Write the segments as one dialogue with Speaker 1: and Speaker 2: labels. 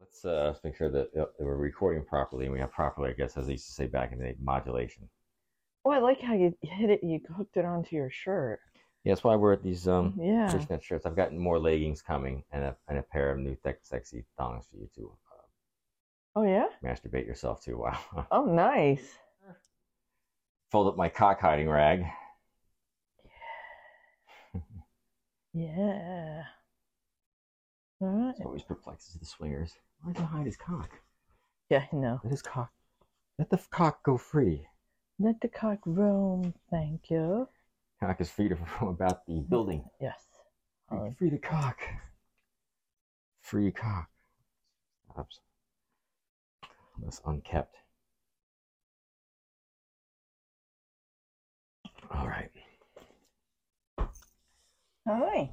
Speaker 1: let's uh, let's make sure that, uh, that we're recording properly and we have properly, I guess, as they used to say back in the day, modulation.
Speaker 2: Oh, I like how you hit it. You hooked it onto your shirt.
Speaker 1: Yeah, that's why we're at these um
Speaker 2: Yeah.
Speaker 1: fishnet shirts. I've gotten more leggings coming and a, and a pair of new tech sexy thongs for you to uh,
Speaker 2: Oh yeah.
Speaker 1: masturbate yourself to. Wow.
Speaker 2: Oh nice.
Speaker 1: Fold up my cock hiding rag.
Speaker 2: Yeah. All right.
Speaker 1: It always perplexes the swingers. Why do you hide his cock?
Speaker 2: Yeah, I know.
Speaker 1: Let his cock. Let the f- cock go free.
Speaker 2: Let the cock roam. Thank you.
Speaker 1: Cock is free to roam about the building.
Speaker 2: Yes.
Speaker 1: Free-
Speaker 2: Oh,
Speaker 1: Free the cock. Free cock. Oops. That's unkept. All right.
Speaker 2: Hi.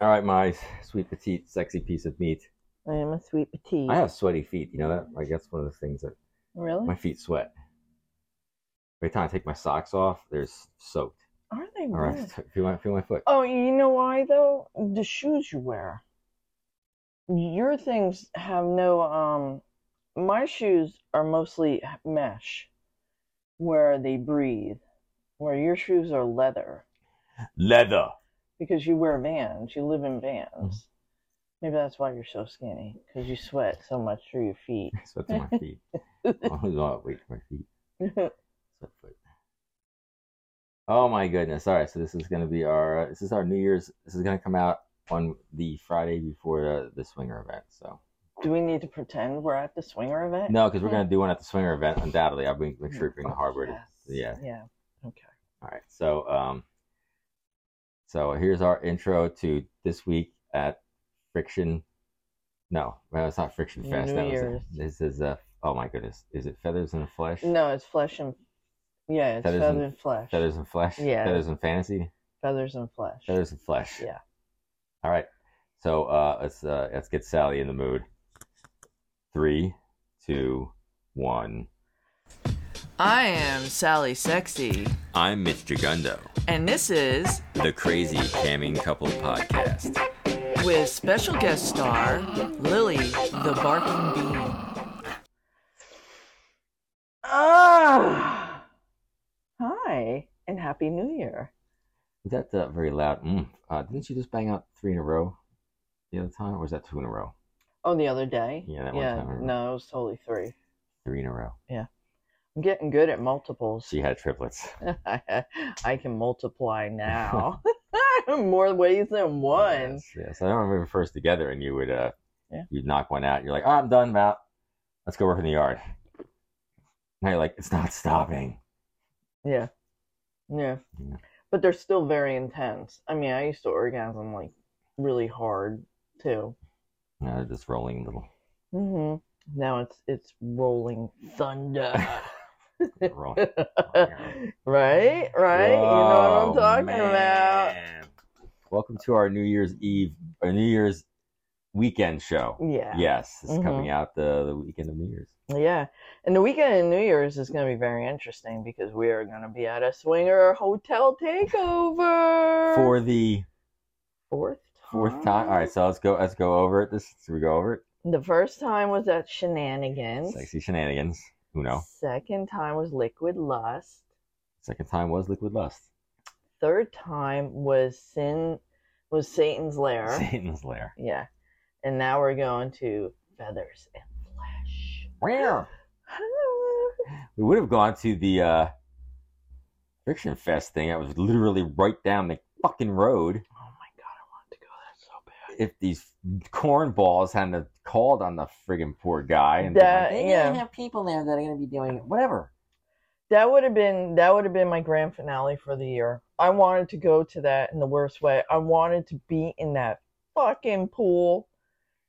Speaker 1: All right, my sweet petite sexy piece of meat.
Speaker 2: I am a sweet petite.
Speaker 1: I have sweaty feet. You know that? Like that's one of the things that
Speaker 2: really?
Speaker 1: my feet sweat. Every time I take my socks off, they're s- soaked.
Speaker 2: Are they
Speaker 1: All
Speaker 2: really?
Speaker 1: right, feel my feel my foot.
Speaker 2: Oh, you know why though? The shoes you wear. Your things have no um my shoes are mostly mesh where they breathe. Where your shoes are leather
Speaker 1: Leather.
Speaker 2: because you wear Vans, you live in Vans.
Speaker 1: Mm-hmm.
Speaker 2: Maybe that's why you're so skinny cuz you sweat so much through your feet.
Speaker 1: I sweat to my feet. oh, no, wait, my feet. Sweat foot. Oh my goodness! All right, so this is going to be our uh, this is our New Year's. This is going to come out on the Friday before the, the swinger event. So
Speaker 2: Do we need to pretend we're at the swinger event? Oh,
Speaker 1: no, because we're going to do one at the swinger event undoubtedly. I'll bring, make sure to bring the hardware. to-
Speaker 2: Yes.
Speaker 1: Yeah.
Speaker 2: Yeah. Okay.
Speaker 1: All right. So um so here's our intro to this week at Friction. No, well, it's not Friction
Speaker 2: New
Speaker 1: Fest. that was
Speaker 2: Year's.
Speaker 1: this is uh oh my goodness. Is it Feathers and Flesh?
Speaker 2: No, it's flesh and yeah, it's
Speaker 1: Feathers
Speaker 2: feathers,
Speaker 1: and-
Speaker 2: and flesh.
Speaker 1: Feathers and Flesh?
Speaker 2: Yeah.
Speaker 1: Feathers and Fantasy?
Speaker 2: feathers and flesh.
Speaker 1: Feathers and Flesh.
Speaker 2: Yeah.
Speaker 1: All right. So uh let's uh let's get Sally in the mood. Three, two, one.
Speaker 3: I am Sally Sexy,
Speaker 1: I'm Mitch Jagundo,
Speaker 3: and this is
Speaker 1: the Crazy Camming Couple Podcast.
Speaker 3: with special guest star Lily the Barking Bean.
Speaker 2: Ah! Hi, and Happy New Year.
Speaker 1: Was that uh, very loud? Mm. Uh, didn't you just bang out three in a row the other time, or was that two in a row?
Speaker 2: Oh, the other day?
Speaker 1: Yeah, that one time I remember.
Speaker 2: No, it was totally three.
Speaker 1: Three in a row.
Speaker 2: I'm getting good at multiples.
Speaker 1: She had triplets.
Speaker 2: I can multiply now. More ways than one.
Speaker 1: Yes, yes. I don't remember first together, and you would uh,
Speaker 2: Yeah.
Speaker 1: you'd knock one out. You're like, oh, I'm done, Matt. Let's go work in the yard. Now you're like, it's not stopping.
Speaker 2: Yeah. Yeah.
Speaker 1: Yeah.
Speaker 2: But they're still very intense. I mean, I used to orgasm like really hard too.
Speaker 1: No, they're just rolling little
Speaker 2: hmm
Speaker 1: Mm-hmm.
Speaker 2: Now it's it's rolling thunder.
Speaker 1: roll.
Speaker 2: right, right. you know what I'm talking about.
Speaker 1: Welcome to our New Year's Eve, our New Year's weekend show.
Speaker 2: Yeah.
Speaker 1: Yes, this is
Speaker 2: Mhm.
Speaker 1: coming out the, the weekend of New Year's.
Speaker 2: Yeah. And the weekend in New Year's is going to be very interesting because we are going to be at a swinger hotel takeover
Speaker 1: for the
Speaker 2: fourth time.
Speaker 1: fourth time. All right, so let's go. Let's go over it. This should we go over it.
Speaker 2: The first time was at Shenanigans.
Speaker 1: Sexy shenanigans. Who know?
Speaker 2: Second time was Liquid Lust.
Speaker 1: Second time was liquid lust.
Speaker 2: Third time was Sin was Satan's Lair.
Speaker 1: Satan's lair.
Speaker 2: Yeah. And now we're going to Feathers and Flesh. Oh
Speaker 1: Where we would have gone to the uh, friction fest thing. That was literally right down the fucking road.
Speaker 2: Oh my god, I want to go that so bad.
Speaker 1: If these cornballs hadn't have called on the friggin' poor guy and been
Speaker 2: That-
Speaker 1: like, "Hey,
Speaker 2: yeah.
Speaker 1: I have people there that are gonna be doing it. whatever.
Speaker 2: That would have been that would have been my grand finale for the year. I wanted to go to that in the worst way. I wanted to be in that fucking pool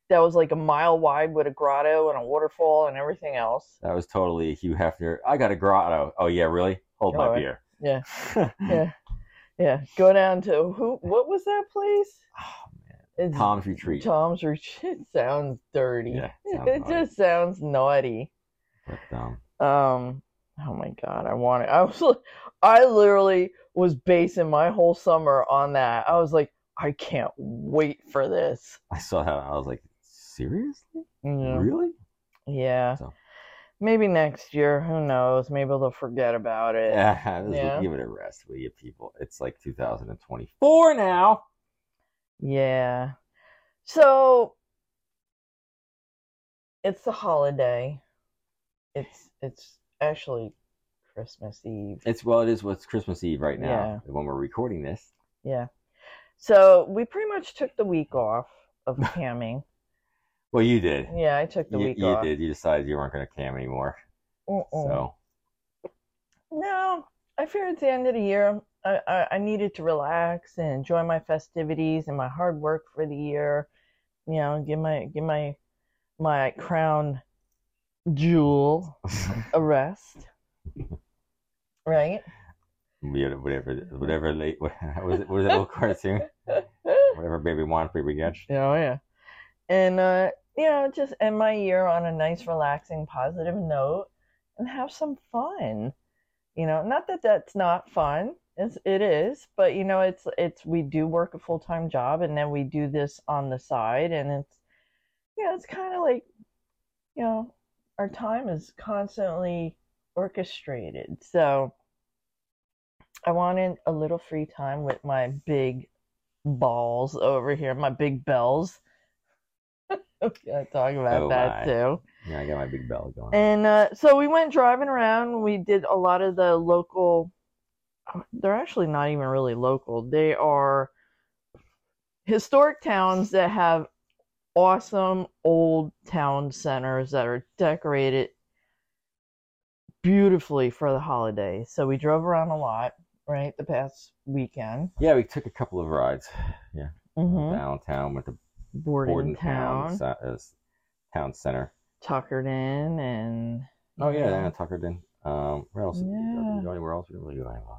Speaker 2: that was like a mile wide with a grotto and a waterfall and everything else.
Speaker 1: That was totally Hugh Hefner. I got a grotto. Oh yeah, really? Hold my
Speaker 2: Oh, I-
Speaker 1: beer.
Speaker 2: yeah.
Speaker 1: yeah.
Speaker 2: Yeah, go down to who? What was that place?
Speaker 1: Oh,
Speaker 2: It's
Speaker 1: Tom's retreat.
Speaker 2: Tom's Retreat. It sounds dirty.
Speaker 1: Yeah,
Speaker 2: it
Speaker 1: sounds
Speaker 2: just sounds naughty.
Speaker 1: But, um,
Speaker 2: Um. Oh my god, I want it. I was, li- I literally was basing my whole summer on that. I was like, I can't wait for this.
Speaker 1: I saw that. I was like, seriously?
Speaker 2: Yeah.
Speaker 1: Really?
Speaker 2: Yeah.
Speaker 1: So.
Speaker 2: Maybe next year. Who knows? Maybe they'll forget about it.
Speaker 1: Yeah, this is-
Speaker 2: Yeah.
Speaker 1: give it a rest, will you, people? It's like 2024 now.
Speaker 2: Yeah. So it's a holiday. It's it's actually Christmas Eve.
Speaker 1: It's well, it is what's Christmas Eve right now when we're recording this.
Speaker 2: Yeah. So we pretty much took the week off of camming.
Speaker 1: Well, you did.
Speaker 2: Yeah, I took the
Speaker 1: You,
Speaker 2: week
Speaker 1: you
Speaker 2: off. Oh.
Speaker 1: did. You decided you weren't going to cam anymore.
Speaker 2: Mm-mm.
Speaker 1: So
Speaker 2: No, I figured at the end of the year, I, I, I needed to relax and enjoy my festivities and my hard work for the year. You know, give my give my my crown jewel a rest. Right?
Speaker 1: whatever, whatever, whatever late. What was it? What was that old cartoon?
Speaker 2: oh
Speaker 1: Whatever baby wants, baby gets.
Speaker 2: yeah. And uh yeah, just end my year on a nice, relaxing, positive note and have some fun. You know, not that that's not fun. It's, it is, but you know, it's it's we do work a full time job and then we do this on the side and it's you know, it's kind of like you know, our time is constantly orchestrated. So I wanted a little free time with my big balls over here, my big bells. Gotta talk about
Speaker 1: Oh
Speaker 2: that
Speaker 1: my.
Speaker 2: too.
Speaker 1: Yeah, I got my big bell going.
Speaker 2: And uh, so we went driving around. We did a lot of the local. They're actually not even really local. They are historic towns that have awesome old town centers that are decorated beautifully for the holidays. So we drove around a lot, right, the past weekend.
Speaker 1: yeah, we took a couple of rides.
Speaker 2: Mm-hmm.
Speaker 1: Downtown, went to
Speaker 2: Bordentown,
Speaker 1: Bordentown Town, uh, town Center.
Speaker 2: Tuckerton, and
Speaker 1: Oh yeah, yeah Tuckerton. Um, where else? Did we go? Did
Speaker 2: Yeah.
Speaker 1: we go anywhere else? We didn't really go anywhere.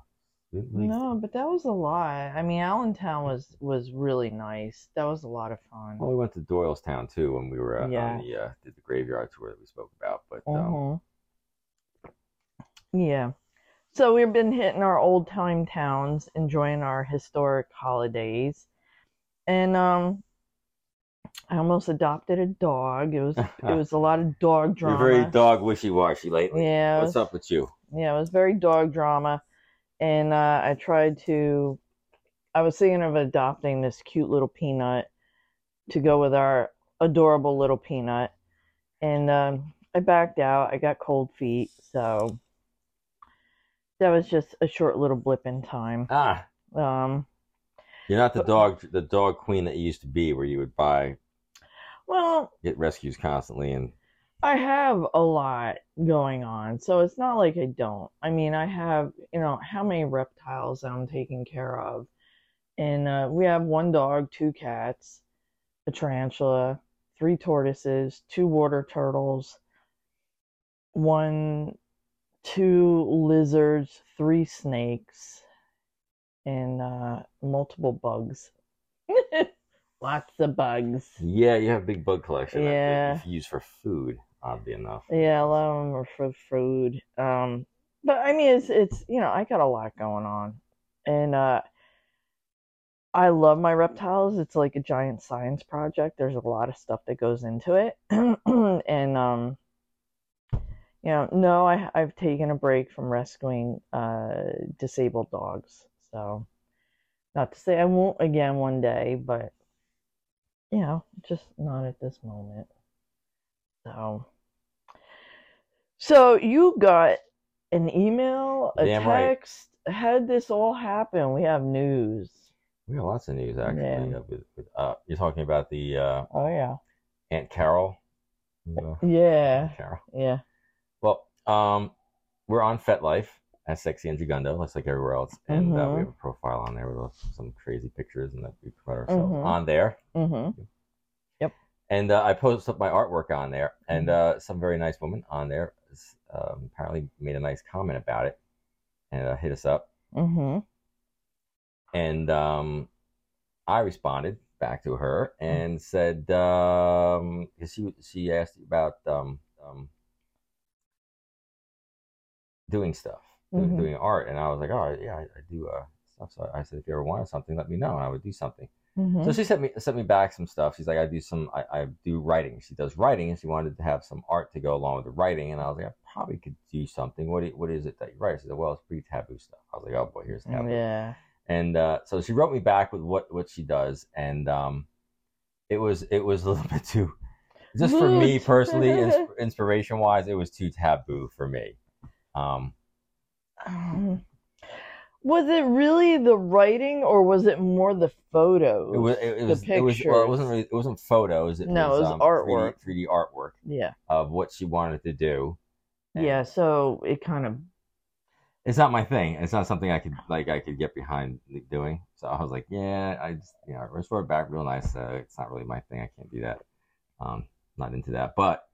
Speaker 1: We didn't really-
Speaker 2: No, but that was a lot. I mean, Allentown was was really nice. That was a lot of fun.
Speaker 1: Well, we went to Doylestown too when we were uh, on
Speaker 2: Yeah.
Speaker 1: the uh, did the graveyard tour that we spoke about. But um,
Speaker 2: Mhm. Mm-hmm. Yeah. So we've been hitting our old time towns, enjoying our historic holidays. And um I almost adopted a dog. It was Mm-hmm. it was a lot of dog
Speaker 1: you're
Speaker 2: drama.
Speaker 1: very dog wishy washy lately.
Speaker 2: yeah. it
Speaker 1: What's
Speaker 2: was-
Speaker 1: up with you?
Speaker 2: yeah, it was very dog drama, and uh, I tried to. I was thinking of adopting this cute little peanut to go with our adorable little peanut, and um, I backed out. I got cold feet, so that was just a short little blip in time.
Speaker 1: Ah,
Speaker 2: Um,
Speaker 1: you're not the
Speaker 2: But-
Speaker 1: dog the dog queen that you used to be, where you would buy
Speaker 2: well,
Speaker 1: get rescues constantly and
Speaker 2: I have a lot going on, so it's not like I don't. I mean, I have, you know, how many reptiles I'm taking care of. And uh, we have one dog, two cats, a tarantula, three tortoises, two water turtles, one, two lizards, three snakes, and uh, multiple bugs. Lots of bugs.
Speaker 1: yeah, you have a big bug collection. that-
Speaker 2: Yeah.
Speaker 1: that you use for food, oddly enough.
Speaker 2: Yeah, a lot of them are for food. Um, but I mean, it's it's you know, I got a lot going on, and uh, I love my reptiles. It's like a giant science project. There's a lot of stuff that goes into it, and um, you know, no, I I've taken a break from rescuing uh disabled dogs. So, not to say I won't again one day, but you know, just not at this moment. So. So you got an email, a
Speaker 1: Damn right.
Speaker 2: text. How did this all happen? We have news.
Speaker 1: We have lots of news actually.
Speaker 2: Yeah.
Speaker 1: uh, With, with, uh, you're talking about the uh,
Speaker 2: Oh yeah.
Speaker 1: Aunt Carol. Uh,
Speaker 2: Yeah.
Speaker 1: Aunt Carol.
Speaker 2: Yeah.
Speaker 1: Well, um, we're on FetLife as Sexy and Gigundo, just like everywhere else, and uh,
Speaker 2: Mhm.
Speaker 1: we have a profile on there with us- some crazy pictures, and that we put ourselves
Speaker 2: Mhm.
Speaker 1: on there.
Speaker 2: Mm-hmm.
Speaker 1: And uh, I posted up my artwork on there, and uh, some very nice woman on there s- um, apparently made a nice comment about it, and uh, hit us up,
Speaker 2: Mm-hmm.
Speaker 1: and um, I responded back to her and said, um, 'cause she she asked about um, um, doing stuff, doing,
Speaker 2: Mhm.
Speaker 1: doing art, and I was like, oh yeah, I, I do uh, stuff. So I said, if you ever wanted something, let me know, and I would do something.
Speaker 2: Mhm.
Speaker 1: So she sent me sent me back some stuff. She's like, I do some, I, I do writing. She does writing, and she wanted to have some art to go along with the writing. And I was like, I probably could do something. What i- what is it that you write? She said, Well, it's pretty taboo stuff. I was like, Oh boy, here's taboo.
Speaker 2: yeah.
Speaker 1: And uh, so she wrote me back with what what she does, and um, it was it was a little bit too, just for me
Speaker 2: Rude.
Speaker 1: personally, ins- inspiration wise, it was too taboo for me. Um,
Speaker 2: Um, was it really the writing, or was it more the photos?
Speaker 1: it was it, it was it was well, it wasn't
Speaker 2: pictures.
Speaker 1: really, it wasn't photos. It
Speaker 2: No, it
Speaker 1: was,
Speaker 2: was
Speaker 1: um,
Speaker 2: artwork.
Speaker 1: 3D, 3D artwork
Speaker 2: yeah,
Speaker 1: of what she wanted to do. And-
Speaker 2: yeah. So it kind of
Speaker 1: it's not my thing. It's not something I could like I could get behind doing. So I was like, yeah, I just you know, I wrote back real nice. Uh, it's not really my thing. I can't do that. Um, not into that. But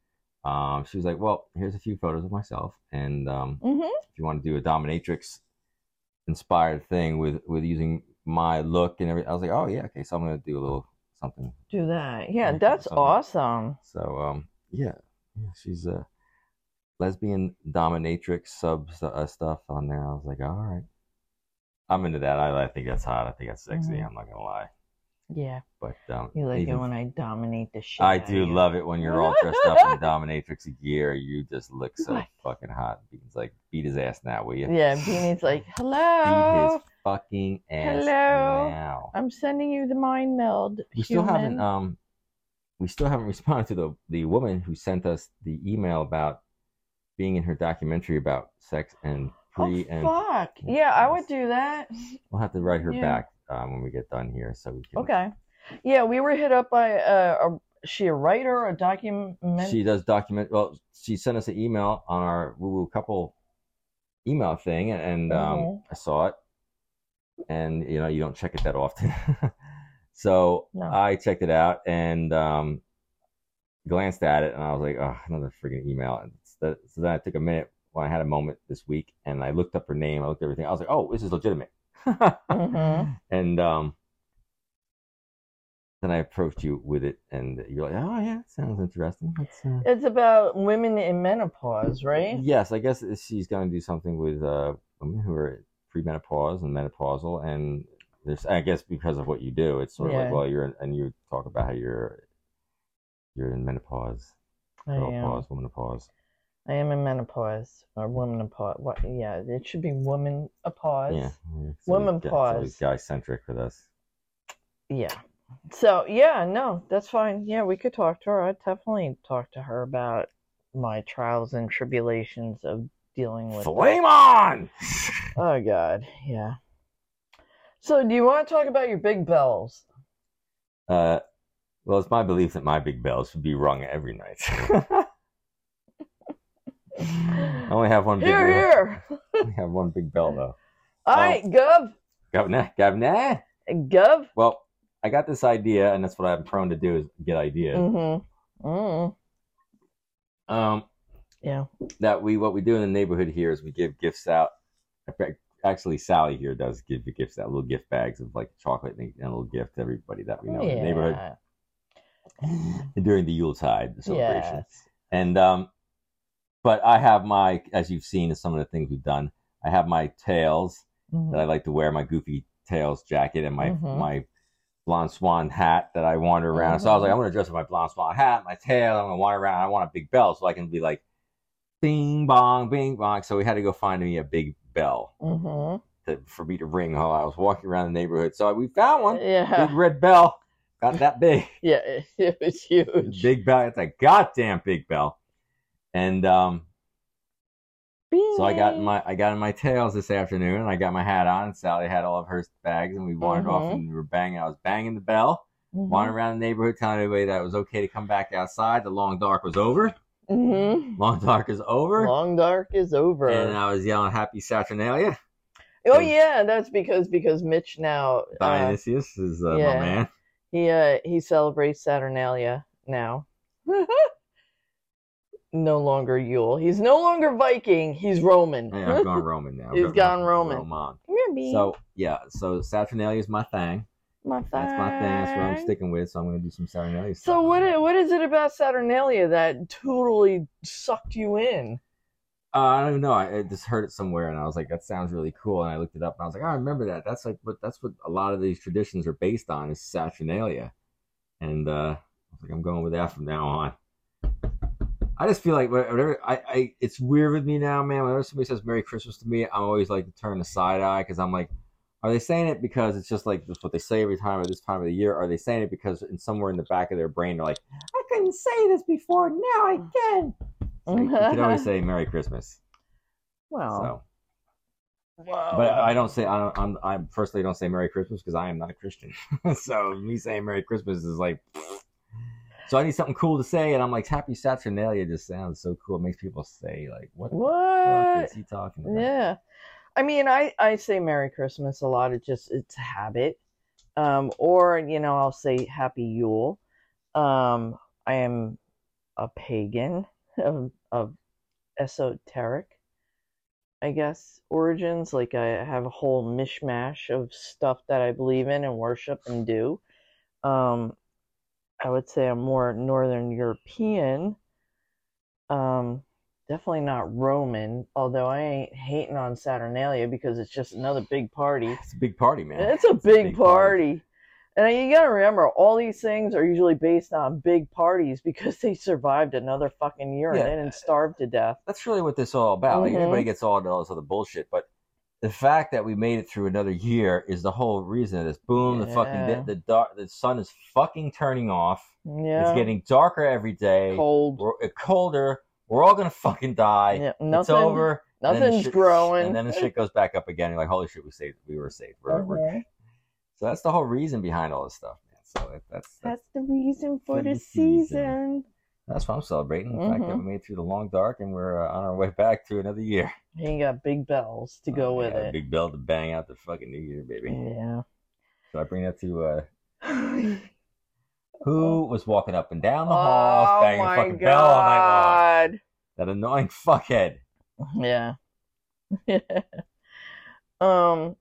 Speaker 1: um, she was like, well, here's a few photos of myself, and um,
Speaker 2: mhm.
Speaker 1: if you want to do a dominatrix inspired thing with with using my look and everything, I was like, oh yeah, okay. So I'm gonna do a little something.
Speaker 2: do that. Yeah,
Speaker 1: Make it
Speaker 2: that's
Speaker 1: something.
Speaker 2: awesome.
Speaker 1: So um, yeah, yeah, she's a lesbian dominatrix sub stu- uh, stuff on there. I was like, all right, I'm into that. I, I think that's hot. I think that's sexy.
Speaker 2: Mhm.
Speaker 1: I'm not gonna lie,
Speaker 2: Yeah,
Speaker 1: but um,
Speaker 2: you like
Speaker 1: even-
Speaker 2: it when I dominate the shit.
Speaker 1: I
Speaker 2: out of
Speaker 1: do
Speaker 2: you.
Speaker 1: love it when you're all dressed up in dominatrix gear. You just look so
Speaker 2: Right.
Speaker 1: fucking hot. Bean's like, beat his ass now, will you?
Speaker 2: Yeah, Beanie's like,
Speaker 1: beat
Speaker 2: hello.
Speaker 1: his fucking ass
Speaker 2: Hello?
Speaker 1: now.
Speaker 2: I'm sending you the mind meld.
Speaker 1: we still haven't
Speaker 2: human."
Speaker 1: um we still haven't responded to the the woman who sent us the email about being in her documentary about sex and pre
Speaker 2: oh
Speaker 1: and
Speaker 2: fuck! Yeah, I would do that.
Speaker 1: we'll have to write her
Speaker 2: Yeah.
Speaker 1: back um, when we get done here so we can
Speaker 2: Okay. Yeah, we were hit up by uh, a is she a writer, a document.
Speaker 1: she does document well she sent us an email on our woo woo couple email thing and um
Speaker 2: Mhm.
Speaker 1: i saw it and you know you don't check it that often so
Speaker 2: No.
Speaker 1: i checked it out and um glanced at it and i was like oh another freaking email and so, so then i took a minute when i had a moment this week and i looked up her name i looked at everything i was like oh this is legitimate
Speaker 2: Mhm.
Speaker 1: and um then i approached you with it and you're like oh yeah sounds interesting That's, uh,
Speaker 2: it's about women in menopause, right?
Speaker 1: Yes, I guess she's going to do something with uh, women who are premenopause and menopausal, and there's I guess because of what you do, it's sort of like
Speaker 2: Yeah.
Speaker 1: well, you're in, and you talk about how you're you're in menopause,
Speaker 2: I am.
Speaker 1: girlpause, womanopause.
Speaker 2: I am in menopause or womanopause. What? Yeah, it should be woman a pause.
Speaker 1: Yeah,
Speaker 2: Woman pause.
Speaker 1: Guy centric with us.
Speaker 2: Yeah. So yeah, no, that's fine. Yeah, we could talk to her. I'd definitely talk to her about my trials and tribulations of dealing with.
Speaker 1: Flame on!
Speaker 2: Oh God, yeah. So do you want to talk about your big bells?
Speaker 1: Uh, well, it's my belief that my big bell should be rung every night. I only have one big. Oh.
Speaker 2: Here, here.
Speaker 1: I only have one big bell though.
Speaker 2: All right, Gov.
Speaker 1: Governor, governor.
Speaker 2: Gov.
Speaker 1: Well, I got this idea, and that's what I'm prone to do is get ideas.
Speaker 2: Mm-hmm. Mm.
Speaker 1: Um,
Speaker 2: Yeah.
Speaker 1: that we what we do in the neighborhood here is we give gifts out. In fact, Actually, Sally here does give the gifts out, little gift bags of like chocolate and a little gift to everybody that
Speaker 2: Oh,
Speaker 1: we know in the neighborhood
Speaker 2: Yeah.
Speaker 1: during the Yuletide celebration.
Speaker 2: Yes.
Speaker 1: And um, but I have my, as you've seen, in some of the things we've done. I have my tails that
Speaker 2: Mhm.
Speaker 1: I like to wear my goofy tails jacket and my
Speaker 2: Mhm.
Speaker 1: my blonde swan hat that I wander around. So I was like,
Speaker 2: Mhm.
Speaker 1: I'm gonna dress up my blonde swan hat, my tail. I'm gonna wander around. I want a big bell so I can be like, bing bong, bing bong. So we had to go find me a big bell
Speaker 2: Mhm.
Speaker 1: to, for me to ring while I was walking around the neighborhood. So we found one, big
Speaker 2: Yeah.
Speaker 1: red bell, got that big.
Speaker 2: Yeah. It, it was huge.
Speaker 1: Big bell, it's a goddamn big bell, and um, So I got in my I got in my tails this afternoon. and I got my hat on, and Sally had all of her bags, and we wandered off
Speaker 2: Mhm.
Speaker 1: and we were banging. I was banging the bell,
Speaker 2: Mm-hmm.
Speaker 1: wandering around the neighborhood, telling everybody that it was okay to come back outside. The long dark was over.
Speaker 2: hmm
Speaker 1: Long dark is over.
Speaker 2: Long dark is over.
Speaker 1: and I was yelling "Happy Saturnalia!"
Speaker 2: oh yeah, that's because because Mitch now uh,
Speaker 1: Dionysius is uh, my
Speaker 2: yeah.
Speaker 1: man.
Speaker 2: he uh, he celebrates Saturnalia now. no longer Yule. He's no longer Viking. He's Roman.
Speaker 1: Hey, I've gone Roman now.
Speaker 2: He's gone Roman.
Speaker 1: Roman.
Speaker 2: Come here, bee.
Speaker 1: So yeah, so Saturnalia is my thing.
Speaker 2: my
Speaker 1: That's my thing. That's what I'm
Speaker 2: thang.
Speaker 1: sticking with. So I'm gonna do some Saturnalia.
Speaker 2: So
Speaker 1: stuff.
Speaker 2: what? i- What is it about Saturnalia that totally sucked you in?
Speaker 1: Uh, I don't even know. I, I just heard it somewhere, and I was like, "That sounds really cool." And I looked it up, and I was like, "Oh, "I remember that. That's like what that's what a lot of these traditions are based on is Saturnalia." And uh, I was like, "I'm going with that from now on." I just feel like whatever I, I it's weird with me now, man. Whenever somebody says "Merry Christmas" to me, I always like to turn a side eye because I'm like, are they saying it because it's just like that's what they say every time at this time of the year? Are they saying it because in somewhere in the back of their brain they're like, I couldn't say this before, now I can. It's like, you can always say Merry Christmas.
Speaker 2: Well,
Speaker 1: So,
Speaker 2: wow.
Speaker 1: but I don't say I don't. I'm, I personally don't say Merry Christmas because I am not a Christian. so me saying Merry Christmas is like. So I need something cool to say, and I'm like, Happy Saturnalia just sounds so cool. It makes people say like, What the fuck
Speaker 2: what?
Speaker 1: is he talking about?
Speaker 2: Yeah. I mean, I, I say Merry Christmas a lot. It just it's a habit. Um, or you know, I'll say Happy Yule. Um, I am a pagan of of esoteric, I guess, origins. Like I have a whole mishmash of stuff that I believe in and worship and do. Um, I would say I'm more Northern European. Um, definitely not Roman, although I ain't hating on Saturnalia because it's just another big party.
Speaker 1: It's a big party, man.
Speaker 2: It's a big party. And you gotta remember, all these things are usually based on big parties because they survived another fucking year and
Speaker 1: Yeah.
Speaker 2: then and starved to death.
Speaker 1: that's really what this is all about. Like
Speaker 2: Mhm.
Speaker 1: everybody gets all into all this other bullshit, but the fact that we made it through another year is the whole reason of this. Boom! The fucking
Speaker 2: Yeah.
Speaker 1: the, the dark the sun is fucking turning off.
Speaker 2: Yeah.
Speaker 1: It's getting darker every day.
Speaker 2: cold.
Speaker 1: We're, uh, colder. We're all gonna fucking die.
Speaker 2: Yeah,
Speaker 1: it's
Speaker 2: nothing,
Speaker 1: over. and then the
Speaker 2: Nothing's
Speaker 1: shit-
Speaker 2: growing.
Speaker 1: And then the shit goes back up again. You're like, holy shit, we saved. We were saved. We're, we're
Speaker 2: Mhm.
Speaker 1: So that's the whole reason behind all this stuff, man. So that, that's, that's
Speaker 2: That's the reason for
Speaker 1: For
Speaker 2: the
Speaker 1: the season.
Speaker 2: season.
Speaker 1: that's what I'm celebrating. The fact that
Speaker 2: Mhm.
Speaker 1: we made it through the long dark and we're uh, on our way back to another year.
Speaker 2: And you got big bells to go
Speaker 1: Oh,
Speaker 2: with
Speaker 1: yeah,
Speaker 2: it.
Speaker 1: Big bell to bang out the fucking new year, baby.
Speaker 2: Yeah.
Speaker 1: So I bring that to uh, who was walking up and down the hall,
Speaker 2: oh
Speaker 1: banging a
Speaker 2: my
Speaker 1: fucking
Speaker 2: god.
Speaker 1: bell all night long. That annoying fuckhead.
Speaker 2: Yeah. um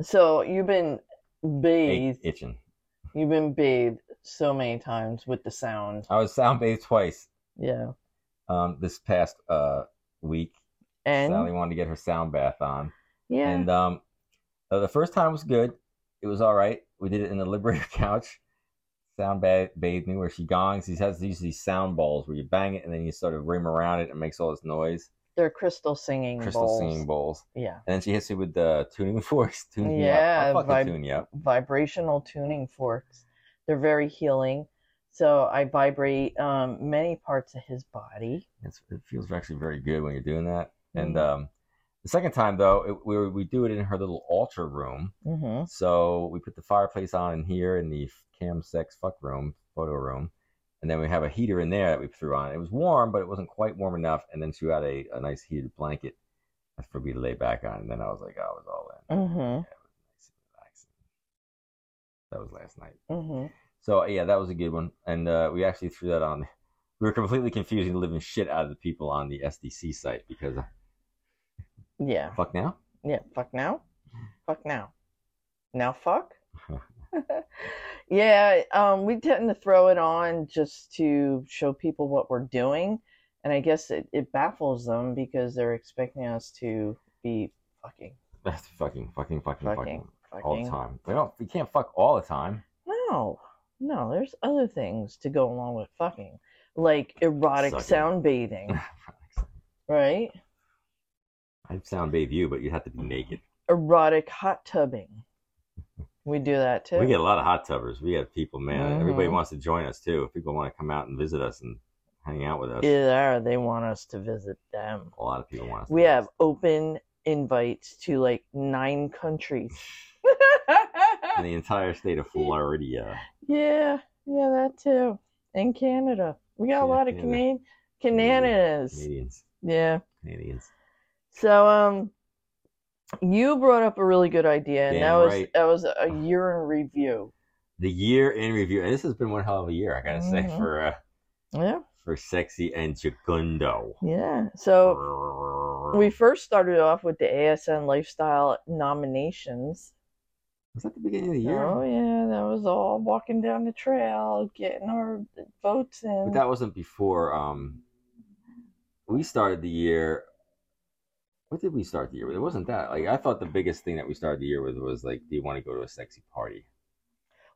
Speaker 2: so you've been
Speaker 1: Hey,
Speaker 2: bathed
Speaker 1: itching.
Speaker 2: you've been bathed so many times with the sound.
Speaker 1: I was sound bathed twice
Speaker 2: Yeah.
Speaker 1: um, this past uh, week.
Speaker 2: And
Speaker 1: Sally wanted to get her sound bath on,
Speaker 2: yeah.
Speaker 1: and um, uh, the first time was good. It was all right. We did it in the Liberator couch. Sound ba- bathed me where she gongs. He has these these sound balls where you bang it and then you sort of rim around it and it makes all this noise.
Speaker 2: they're crystal singing
Speaker 1: Crystal
Speaker 2: bowls.
Speaker 1: singing bowls.
Speaker 2: Yeah.
Speaker 1: And then she hits me with the tuning forks. Tuning
Speaker 2: Yeah,
Speaker 1: you up. I'll fucking
Speaker 2: vibe-
Speaker 1: tune you up.
Speaker 2: Vibrational tuning forks. They're very healing. So I vibrate um many parts of his body.
Speaker 1: It's, it feels actually very good when you're doing that. And
Speaker 2: Mhm.
Speaker 1: um, the second time though, it, we we do it in her little altar room.
Speaker 2: Mhm.
Speaker 1: So we put the fireplace on in here in the cam sex fuck room, photo room, and then we have a heater in there that we threw on. It was warm, but it wasn't quite warm enough. And then she had a, a nice heated blanket for me to lay back on. And then I was like, I was all in.
Speaker 2: Mhm.
Speaker 1: Relaxing. That was last night.
Speaker 2: Mhm.
Speaker 1: So yeah, that was a good one, and uh, we actually threw that on. We were completely confusing the living shit out of the people on the SDC site because uh,
Speaker 2: Yeah.
Speaker 1: fuck now.
Speaker 2: Yeah, fuck now. Fuck now. Now fuck. yeah, um, we tend to throw it on just to show people what we're doing. And I guess it, it baffles them because they're expecting us to be fucking,
Speaker 1: That's fucking, fucking, fucking, fucking,
Speaker 2: fucking, fucking.
Speaker 1: all the time. We don't, we can't fuck all the time.
Speaker 2: No, no, there's other things to go along with fucking, like erotic
Speaker 1: Sucking.
Speaker 2: sound bathing, right?
Speaker 1: I'd sound bathe you, but you have to be naked.
Speaker 2: Erotic hot tubbing. We do that too.
Speaker 1: We get a lot of hot tubbers. We have people, man. Everybody
Speaker 2: Mhm.
Speaker 1: wants to join us too. People want to come out and visit us and hang out with us.
Speaker 2: Either they want us to visit them.
Speaker 1: A lot of people want us. to
Speaker 2: We
Speaker 1: do
Speaker 2: have open invites to like nine countries.
Speaker 1: this. in the entire state of Florida.
Speaker 2: yeah, yeah, that too. And Canada. We got a
Speaker 1: Yeah,
Speaker 2: lot of
Speaker 1: Canada.
Speaker 2: Canadian Canadians.
Speaker 1: Canadians,
Speaker 2: Yeah.
Speaker 1: Canadians.
Speaker 2: So um you brought up a really good idea and
Speaker 1: Damn
Speaker 2: that was
Speaker 1: right.
Speaker 2: that was a year in review.
Speaker 1: The year in review, and this has been one hell of a year. I gotta say
Speaker 2: Mhm.
Speaker 1: for. Uh,
Speaker 2: Yeah.
Speaker 1: for sexy and Jacundo.
Speaker 2: Yeah. So we first started off with the ASN lifestyle nominations.
Speaker 1: was that the beginning of the year?
Speaker 2: Oh yeah, that was all walking down the trail, getting our votes in.
Speaker 1: But that wasn't before um we started the year. What did we start the year with? It wasn't that. Like I thought the biggest thing that we started the year with was like, do you want to go to a sexy party?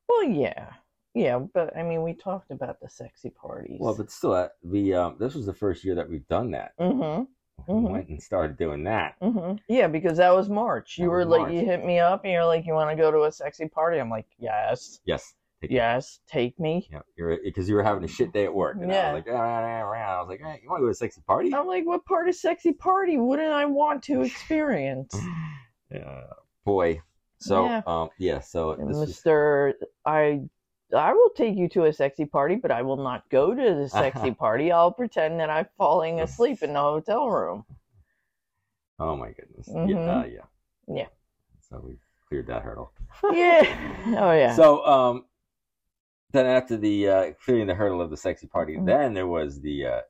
Speaker 2: Well, yeah, yeah, but I mean, we talked about the sexy parties.
Speaker 1: Well, but still, that the um, this was the first year that we've done that.
Speaker 2: mm-hmm,
Speaker 1: We
Speaker 2: Mhm.
Speaker 1: went and started doing that.
Speaker 2: mm-hmm. yeah, because that was March. You
Speaker 1: That
Speaker 2: were
Speaker 1: was
Speaker 2: like,
Speaker 1: March.
Speaker 2: you hit me up, and you're like, you want to go to a sexy party? I'm like, yes,
Speaker 1: Yes. Take me.
Speaker 2: yes, take me.
Speaker 1: Yeah, you're because you were having a shit day at work. And I
Speaker 2: Yeah. Oh.
Speaker 1: was like, "Ah, ah, ah." I was like, hey, you want to go to a sexy party?
Speaker 2: I'm like, what part of sexy party wouldn't I want to experience?
Speaker 1: Yeah, boy. So
Speaker 2: Yeah.
Speaker 1: um, yeah. So this was
Speaker 2: Mister, I I will take you to a sexy party, but I will not go to the sexy party. I'll pretend that I'm falling asleep in the hotel room.
Speaker 1: oh my goodness. Yeah,
Speaker 2: Mhm.
Speaker 1: uh, yeah,
Speaker 2: Yeah.
Speaker 1: So we cleared that hurdle.
Speaker 2: Yeah. Oh yeah.
Speaker 1: So um, then after the uh, clearing the hurdle of the sexy party,
Speaker 2: Mhm.
Speaker 1: then there was the uh,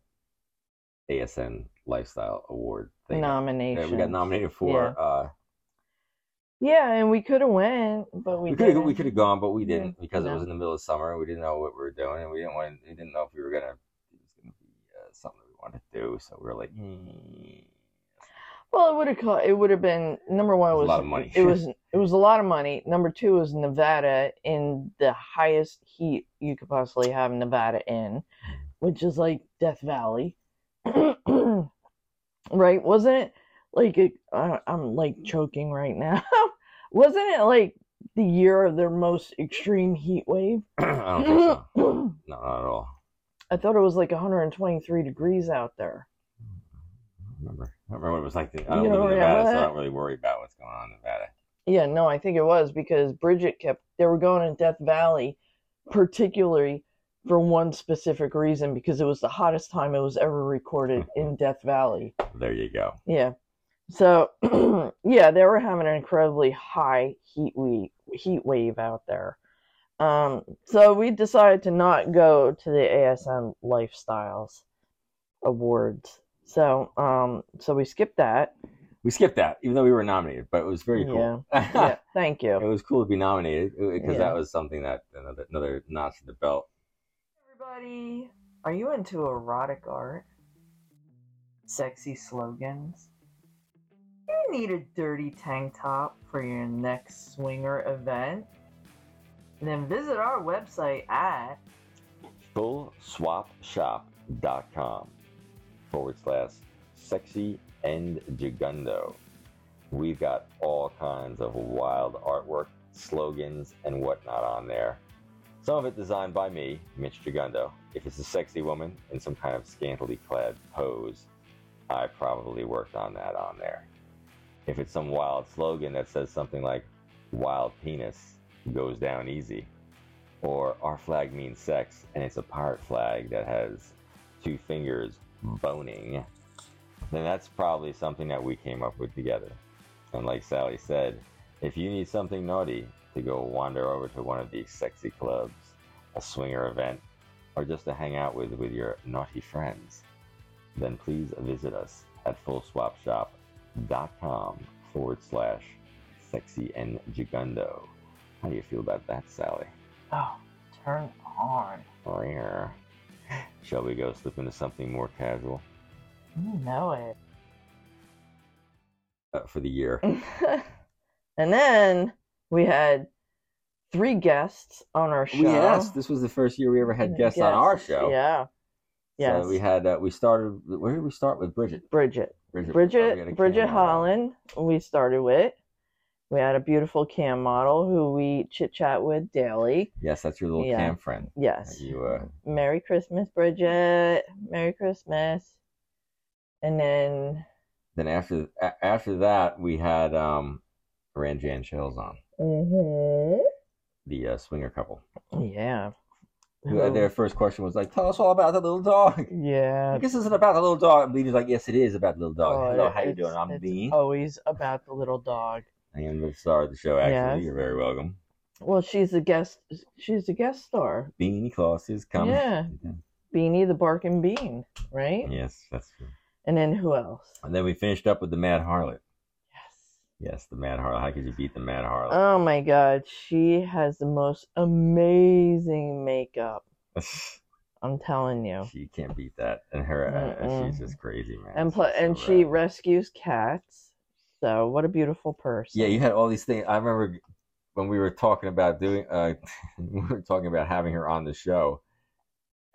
Speaker 1: ASN Lifestyle Award thing.
Speaker 2: Nomination.
Speaker 1: that we got nominated for. Uh,
Speaker 2: Yeah, and we could have went, but we,
Speaker 1: we could
Speaker 2: didn't.
Speaker 1: have we could have gone, but we
Speaker 2: Yeah.
Speaker 1: didn't because it
Speaker 2: No.
Speaker 1: was in the middle of summer. and We didn't know what we were doing, and we didn't want. We didn't know if we were gonna. It was gonna be uh, something that we wanted to do. So we were like, mm.
Speaker 2: Well, it would have cost. It would have been number one
Speaker 1: It was
Speaker 2: was,
Speaker 1: a lot of money.
Speaker 2: It was it was a lot of money. Number two was Nevada in the highest heat you could possibly have Nevada in, which is like Death Valley, right? Wasn't it like it, I, I'm like choking right now? Wasn't it like the year of their most extreme heat wave?
Speaker 1: I don't think so.
Speaker 2: I
Speaker 1: No, not at all.
Speaker 2: thought it was like 123 degrees out there.
Speaker 1: I don't remember. I don't remember what it was like. To, I don't
Speaker 2: You
Speaker 1: live
Speaker 2: don't
Speaker 1: in Nevada,
Speaker 2: remember
Speaker 1: so I
Speaker 2: that?
Speaker 1: don't really worry about what's going on in Nevada.
Speaker 2: Yeah, no, I think it was because Bridget kept they were going to Death Valley particularly for one specific reason because it was the hottest time it was ever recorded
Speaker 1: Hmm.
Speaker 2: in Death Valley.
Speaker 1: There you go.
Speaker 2: Yeah. So, yeah, they were having an incredibly high heat we heat wave out there. Um, so we decided to not go to the ASM Lifestyles Awards. So, um, so we skipped that.
Speaker 1: We skipped that, even though we were nominated, but it was very cool.
Speaker 2: Yeah, thank you.
Speaker 1: it was cool to be nominated because
Speaker 2: Yeah.
Speaker 1: that was something that another, another notch in the belt.
Speaker 2: Everybody, are you into erotic art? Sexy slogans? You need a dirty tank top for your next swinger event? Then visit our website at
Speaker 1: FullSwapShop.com forward slash sexy and Gigundo. We've got all kinds of wild artwork, slogans, and whatnot on there. Some of it designed by me, Mitch Gigundo. If it's a sexy woman in some kind of scantily clad pose, I probably worked on that on there. If it's some wild slogan that says something like, wild penis goes down easy, or our flag means sex and it's a pirate flag that has two fingers boning, then that's probably something that we came up with together. And like Sally said, if you need something naughty to go wander over to one of these sexy clubs, a swinger event, or just to hang out with with your naughty friends, then please visit us at fullswapshop.com forward slash sexy and gigundo. How do you feel about that, Sally?
Speaker 2: Oh, turn on.
Speaker 1: Rare. Shall we go slip into something more casual
Speaker 2: You know
Speaker 1: uh, for the year?
Speaker 2: it. and then we had three guests on our show.
Speaker 1: We asked. This was the first year we ever had guests on our show.
Speaker 2: Yeah. Yes.
Speaker 1: So we had. Uh, we started. Where did we start with Bridget?
Speaker 2: Bridget.
Speaker 1: Bridget. Oh, we had a
Speaker 2: Bridget Bridget
Speaker 1: cameo.
Speaker 2: Holland, we started with. We had a beautiful cam model who we chit chat with daily.
Speaker 1: Yes, that's your little
Speaker 2: Yeah.
Speaker 1: cam friend.
Speaker 2: Yes.
Speaker 1: You. Uh,
Speaker 2: Merry Christmas, Bridget. Merry Christmas. And then,
Speaker 1: then after a- after that we had um, Rand Jan Shells on
Speaker 2: Mhm.
Speaker 1: the uh, swinger couple.
Speaker 2: yeah,
Speaker 1: Who,
Speaker 2: Oh.
Speaker 1: uh, their first question was like, "Tell us all about the little dog."
Speaker 2: yeah.
Speaker 1: This isn't about the little dog. And Bean was like, "Yes, it is about the little dog."
Speaker 2: Oh,
Speaker 1: Hello, how you
Speaker 2: it's-
Speaker 1: doing? I'm
Speaker 2: it's
Speaker 1: Bean.
Speaker 2: Always about the little dog.
Speaker 1: I am the star of the show. Actually,
Speaker 2: Yes.
Speaker 1: you're very welcome.
Speaker 2: Well, she's a guest. She's a guest star.
Speaker 1: Beanie Claus is coming.
Speaker 2: Yeah. Beanie the Barking Bean, right?
Speaker 1: Yes, that's true.
Speaker 2: And then who else?
Speaker 1: And then we finished up with the Mad Harlot.
Speaker 2: Yes.
Speaker 1: Yes, the Mad Harlot. How could you beat the Mad Harlot?
Speaker 2: Oh my god, she has the most Oh. amazing makeup. I'm telling you.
Speaker 1: she can't beat that. And her uh, she's just crazy, man.
Speaker 2: and
Speaker 1: She's
Speaker 2: pl-
Speaker 1: so
Speaker 2: and she
Speaker 1: rad.
Speaker 2: rescues cats. So what a beautiful person.
Speaker 1: Yeah, you had all these things. I remember when we were talking about doing, uh, we were talking about having her on the show,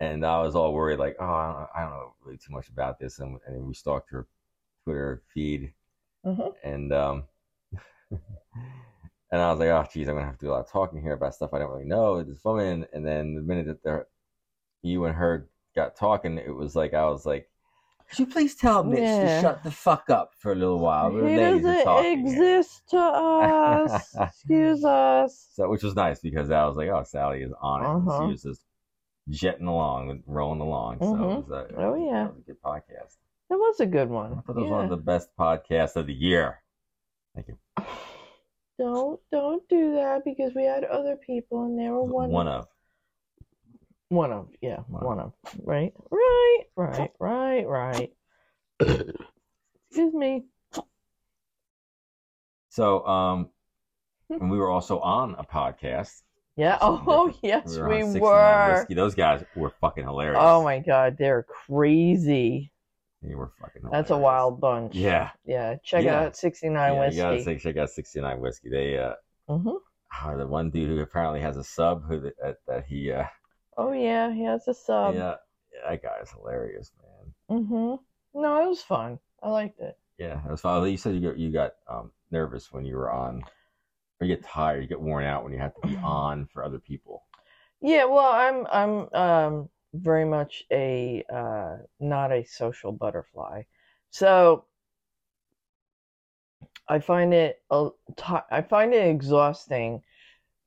Speaker 1: and I was all worried, like, oh, I don't, I don't know really too much about this, and, and we stalked her Twitter feed,
Speaker 2: Mhm.
Speaker 1: and um, and I was like, oh, geez, I'm gonna have to do a lot of talking here about stuff I don't really know with this woman, and then the minute that the, you and her got talking, it was like I was like. Could you please tell Mitch
Speaker 2: Yeah.
Speaker 1: to shut the fuck up for a little while? The
Speaker 2: He
Speaker 1: ladies are
Speaker 2: doesn't
Speaker 1: talking here."
Speaker 2: exist to us. Excuse us.
Speaker 1: So, which was nice because I was like, oh, Sally is on it. And
Speaker 2: Uh-huh.
Speaker 1: She was just jetting along, and rolling along. So it
Speaker 2: Mhm.
Speaker 1: was a,
Speaker 2: Oh, yeah.
Speaker 1: that was a good podcast.
Speaker 2: That was a good
Speaker 1: I
Speaker 2: one.
Speaker 1: thought it was
Speaker 2: yeah.
Speaker 1: one of the best podcasts of the year.
Speaker 2: Don't don't do that because we had other people and they were one
Speaker 1: One of.
Speaker 2: one of yeah
Speaker 1: One.
Speaker 2: one of right right right right right. Excuse me.
Speaker 1: So, um,
Speaker 2: Hmm.
Speaker 1: and we were also on a podcast.
Speaker 2: Yeah.
Speaker 1: Something
Speaker 2: Oh
Speaker 1: different.
Speaker 2: yes,
Speaker 1: on
Speaker 2: we
Speaker 1: Six and Nine
Speaker 2: were.
Speaker 1: Whiskey. Those guys were fucking hilarious.
Speaker 2: Oh my god, they're crazy.
Speaker 1: They were fucking hilarious.
Speaker 2: That's a wild bunch.
Speaker 1: Yeah.
Speaker 2: Yeah. Check
Speaker 1: Yeah.
Speaker 2: out 69
Speaker 1: yeah,
Speaker 2: Whiskey.
Speaker 1: You gotta say, check out 69 Whiskey. They, uh,
Speaker 2: Mhm.
Speaker 1: ah, the one dude who apparently has a sub who that, that he, uh,
Speaker 2: Oh yeah, he has a sub.
Speaker 1: yeah, yeah, that guy is hilarious, man.
Speaker 2: Mhm. No, it was fun. I liked it.
Speaker 1: Yeah, that was fine. You said you got, you got um, nervous when you were on, or you get tired, you get worn out when you have to be on for other people.
Speaker 2: Yeah, well, I'm I'm um very much a uh not a social butterfly. So I find it a ti I find it exhausting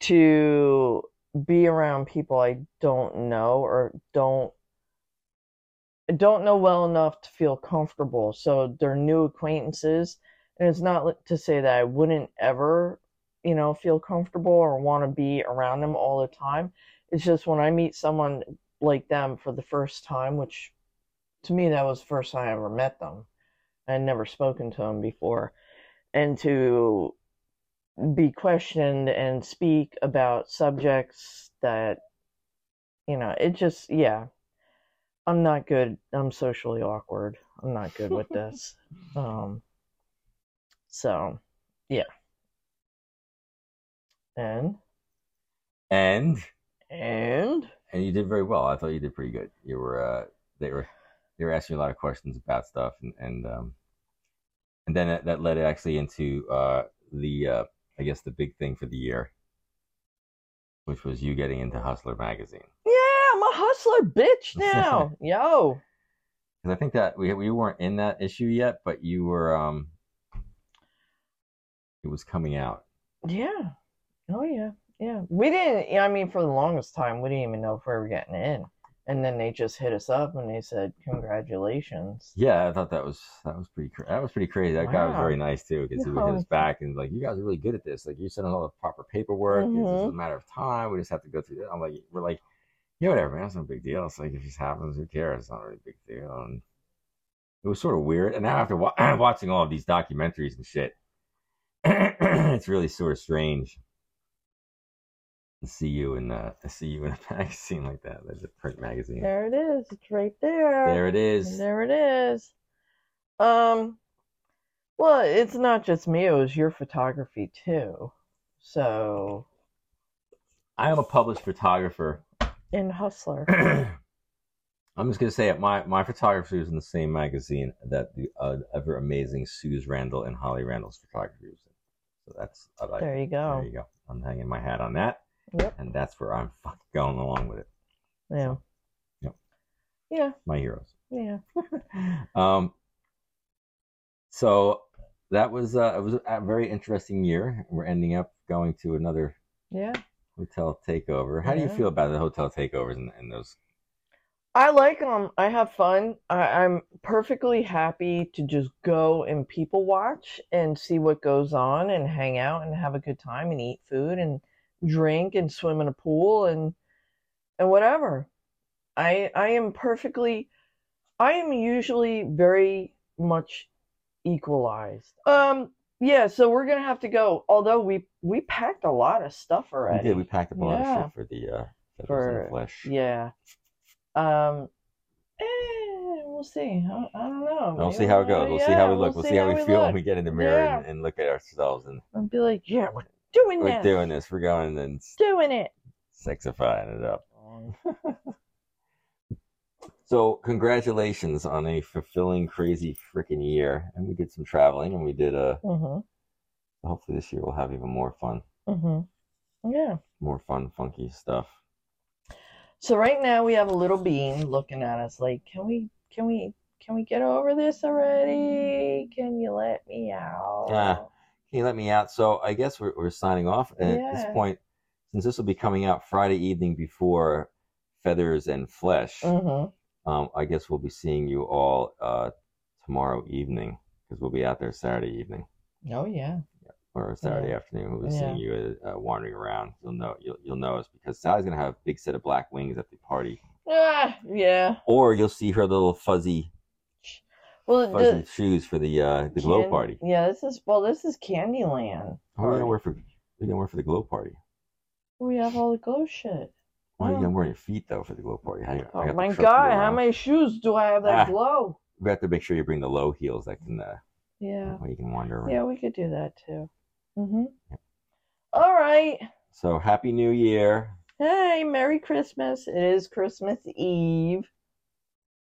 Speaker 2: to be around people I don't know or don't don't know well enough to feel comfortable. So they're new acquaintances, and it's not li- to say that I wouldn't ever, you know, feel comfortable or want to be around them all the time. It's just when I meet someone like them for the first time, which to me that was the first time I ever met them. I had never spoken to them before. And to be questioned and speak about subjects that you know, it just yeah. I'm not good. I'm socially awkward. I'm not good with this. Um so yeah. And
Speaker 1: And
Speaker 2: and
Speaker 1: and you did very well. I thought you did pretty good. You were uh, they were they were asking you a lot of questions about stuff, and and um, and then that, that led actually into uh, the uh, I guess the big thing for the year, which was you getting into Hustler magazine.
Speaker 2: Yeah, I'm a hustler bitch now. Yo.
Speaker 1: Because I think that we we weren't in that issue yet, but you were um, it was coming out.
Speaker 2: Yeah. Oh yeah. Yeah. We didn't yeah, I mean for the longest time we didn't even know if we were getting in. And then they just hit us up and they said, Congratulations.
Speaker 1: Yeah, I thought that was that was pretty cra- that was pretty crazy. That guy was
Speaker 2: Wow.
Speaker 1: very nice too because he would hit us
Speaker 2: No.
Speaker 1: back and like, "You guys are really good at this. Like, you sent all the proper paperwork. It's just a
Speaker 2: Mm-hmm.
Speaker 1: matter of time. We just have to go through it." I'm like, "We're like, yeah, whatever, man. It's no big deal. It's like if this happens, who cares? It's not really a big deal." And it was sort of weird. And now after wa- watching all of these documentaries and shit, it's really sort of strange to see you in uh, to see you in a magazine like that, like a print magazine.
Speaker 2: There it is. It's right there.
Speaker 1: There it is.
Speaker 2: There it is. Um, well, it's not just me, it was your photography too. So,
Speaker 1: I am a published photographer.
Speaker 2: in Hustler.
Speaker 1: I'm just gonna say it. My my photography was in the same magazine that the uh, ever amazing Suze Randall and Holly Randall's photography was in. So that's I like.
Speaker 2: There you
Speaker 1: There
Speaker 2: go.
Speaker 1: you go. I'm hanging my hat on that,
Speaker 2: Yep.
Speaker 1: and that's where I'm fucking going along with it.
Speaker 2: Yeah.
Speaker 1: Yep.
Speaker 2: Yeah.
Speaker 1: My heroes.
Speaker 2: Yeah.
Speaker 1: Um. So that was uh, it was a very interesting year. We're ending up going to another
Speaker 2: Yeah.
Speaker 1: hotel takeover. How do you
Speaker 2: Yeah.
Speaker 1: feel about the hotel takeovers and, and those?
Speaker 2: I like them. I have fun. I, I'm perfectly happy to just go and people watch and see what goes on and hang out and have a good time and eat food and drink and swim in a pool and and whatever. I I am perfectly I am usually very much equalized. Um yeah, so we're gonna have to go. Although we we packed a lot of stuff
Speaker 1: We
Speaker 2: already.
Speaker 1: did. We packed up a lot of
Speaker 2: Yeah.
Speaker 1: shit for the uh, feathers
Speaker 2: For-
Speaker 1: and flesh.
Speaker 2: Yeah. Um, eh, we'll see. I, I don't know.
Speaker 1: We'll
Speaker 2: Maybe
Speaker 1: see how it
Speaker 2: we'll-
Speaker 1: goes. We'll see
Speaker 2: yeah,
Speaker 1: how we look. We'll see how we feel when
Speaker 2: look.
Speaker 1: we get in the mirror
Speaker 2: Yeah.
Speaker 1: and, and look at ourselves. And
Speaker 2: And be like, yeah, we're doing
Speaker 1: we're
Speaker 2: this.
Speaker 1: doing this. We're going and
Speaker 2: Doing it.
Speaker 1: sexifying it up. So congratulations on a fulfilling, crazy freaking year. And we did some traveling, and we did a.
Speaker 2: hmm
Speaker 1: Hopefully this year we'll have even more fun,
Speaker 2: hmm Yeah.
Speaker 1: more fun, funky stuff.
Speaker 2: So right now we have a little bean looking at us like, can we, can we, can we get over this already? Can you let me out?
Speaker 1: Yeah. Can you let me out? So I guess we're, we're signing off. And at this
Speaker 2: Yeah.
Speaker 1: point, since this will be coming out Friday evening before Feathers and Flesh,
Speaker 2: Mhm.
Speaker 1: um, I guess we'll be seeing you all uh, tomorrow evening because we'll be out there Saturday evening
Speaker 2: Oh yeah.
Speaker 1: or Saturday afternoon. We'll be seeing you uh, wandering around. You'll know you'll, you'll know us because Sally's gonna have a big set of black wings at the party,
Speaker 2: Ah, yeah.
Speaker 1: or you'll see her little fuzzy
Speaker 2: Well,
Speaker 1: fuzzy
Speaker 2: the,
Speaker 1: shoes for the uh, the glow
Speaker 2: Can-
Speaker 1: party. Oh,
Speaker 2: Yeah, this is well, this is Candyland.
Speaker 1: What are you gonna wear for? You're gonna wear for the glow party.
Speaker 2: We have all the ghost shit.
Speaker 1: Why are you
Speaker 2: Oh.
Speaker 1: gonna wear your feet though for the glow party? How you- I
Speaker 2: Oh
Speaker 1: got the
Speaker 2: my
Speaker 1: truck to
Speaker 2: god,
Speaker 1: go
Speaker 2: how
Speaker 1: around.
Speaker 2: many shoes do I have that
Speaker 1: Ah.
Speaker 2: glow?
Speaker 1: We have to make sure you bring the low heels that can uh,
Speaker 2: Yeah.
Speaker 1: where you can wander around.
Speaker 2: Yeah, we could do that too. Mhm. All right.
Speaker 1: So happy New Year!
Speaker 2: Hey, Merry Christmas. It is Christmas Eve.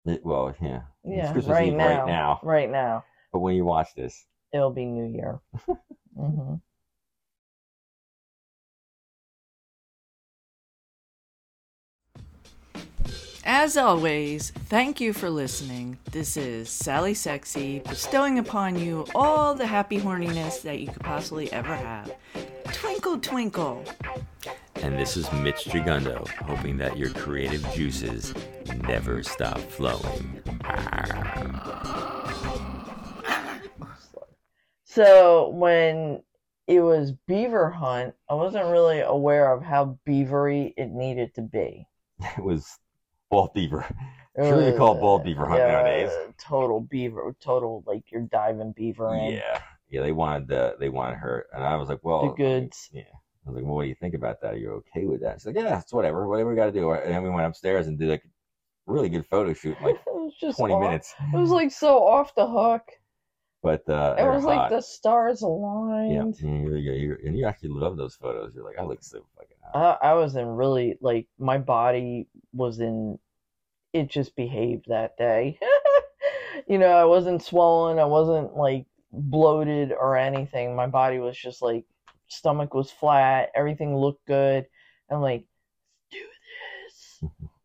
Speaker 1: It- well, yeah,
Speaker 2: Yeah,
Speaker 1: it's Christmas
Speaker 2: right
Speaker 1: Eve
Speaker 2: now.
Speaker 1: right now.
Speaker 2: Right now.
Speaker 1: But when you watch this,
Speaker 2: It'll be New Year. hmm
Speaker 3: As always, thank you for listening. This is Sally Sexy bestowing upon you all the happy horniness that you could possibly ever have. Twinkle, twinkle.
Speaker 1: And this is Mitch Gigundo, hoping that your creative juices never stop flowing.
Speaker 2: So when it was beaver hunt, I wasn't really aware of how beavery it needed to be.
Speaker 1: It was bald beaver.
Speaker 2: It
Speaker 1: Sure you
Speaker 2: was,
Speaker 1: call bald
Speaker 2: uh,
Speaker 1: beaver hunt nowadays.
Speaker 2: Total beaver, total like you're diving beaver in.
Speaker 1: Yeah, yeah. They wanted the they wanted her, and I was like, well,
Speaker 2: The goods.
Speaker 1: Yeah. I was like, well, what do you think about that? Are you okay with that? She's like, yeah, it's whatever, whatever we got to do. And then we went upstairs and did like a really good photo shoot, in, like
Speaker 2: it was just
Speaker 1: 20
Speaker 2: off-
Speaker 1: minutes.
Speaker 2: It was like so off the hook.
Speaker 1: But uh,
Speaker 2: It
Speaker 1: they're
Speaker 2: was like
Speaker 1: hot.
Speaker 2: the stars
Speaker 1: Yeah,
Speaker 2: aligned.
Speaker 1: and you, you- and you actually love those photos. You're like, I look so fucking hot.
Speaker 2: I, I was in really like my body was in it just behaved that day. you know, I wasn't swollen, I wasn't like bloated or anything. My body was just like stomach was flat, everything looked good. I'm like, do this.